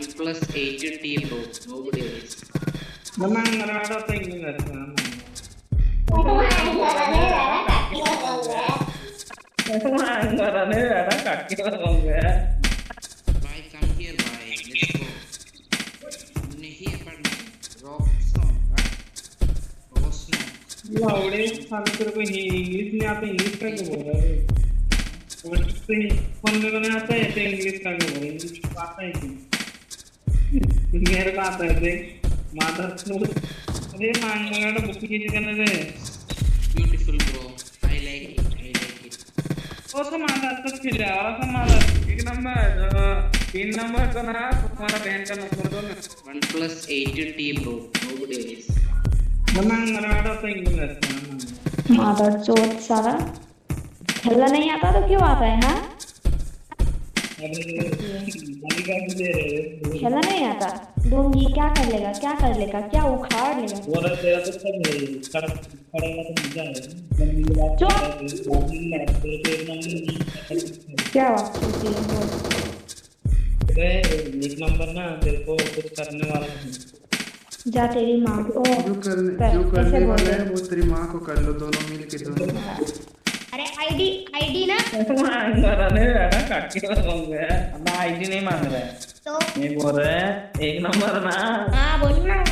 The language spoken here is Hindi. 1 plus 18 bro. Nobody else. ನಮ್ಮ ನರಡ ತೆಗೆದಿಲ್ಲ ನಮ್ಮ ಹಂಗಾರನೇ ಹೇಳಕ್ ಹಾಕಿಲ್ಲ ನಮ್ಗೆ Bye, come here, bye. Let's go. Only here, but rock song, right? Rock song. ಇಲ್ಲ ಅವಳೆ सांगतो ही इंग्लिश में आता इंग्लिश का क्यों बोल रहा है उससे फोन में बने आता है तो इंग्लिश का क्यों बोल रहा है इंग्लिश को आता है कि मेरे को आता है माता अरे मांगना बुक कीजिए करने दे Beautiful, bro. I like it. I like it. असं माझा असंच केलं असं माझा एक नंबर तीन नंबर तो ना तुम्हाला बँकचा नंबर दोन 1 plus 18 bro. Nobody else. मला अंगणवाडा होता इंग्लिश असतं माधर चोट सारा खेलना नहीं आता तो क्यों आता है हाँ अरे खेलना नहीं आता डोंगी क्या कर लेगा क्या कर लेगा क्या उखाड़ लेगा और तेरा तो सब है कर करेगा तो मजा है जमीन की बात चुप। करते हैं, जमीन में रखते हैं, तो एक नंबर नहीं। क्या बात होती है बोल। अरे, एक नंबर ना तेरे को कुछ करने वाला है जा तेरी माँ को ओ, जो करने कर- जो ऐसे करने बोल वाला दे। है वो तेरी माँ को कर लो दोनों मिल के दोनों अरे आईडी आईडी ना अंगरने वाला काटी हाँ। लगाऊंगा अब आईडी नहीं मांग रहा है तो मैं बोल रहा है एक नंबर ना हाँ बोल ना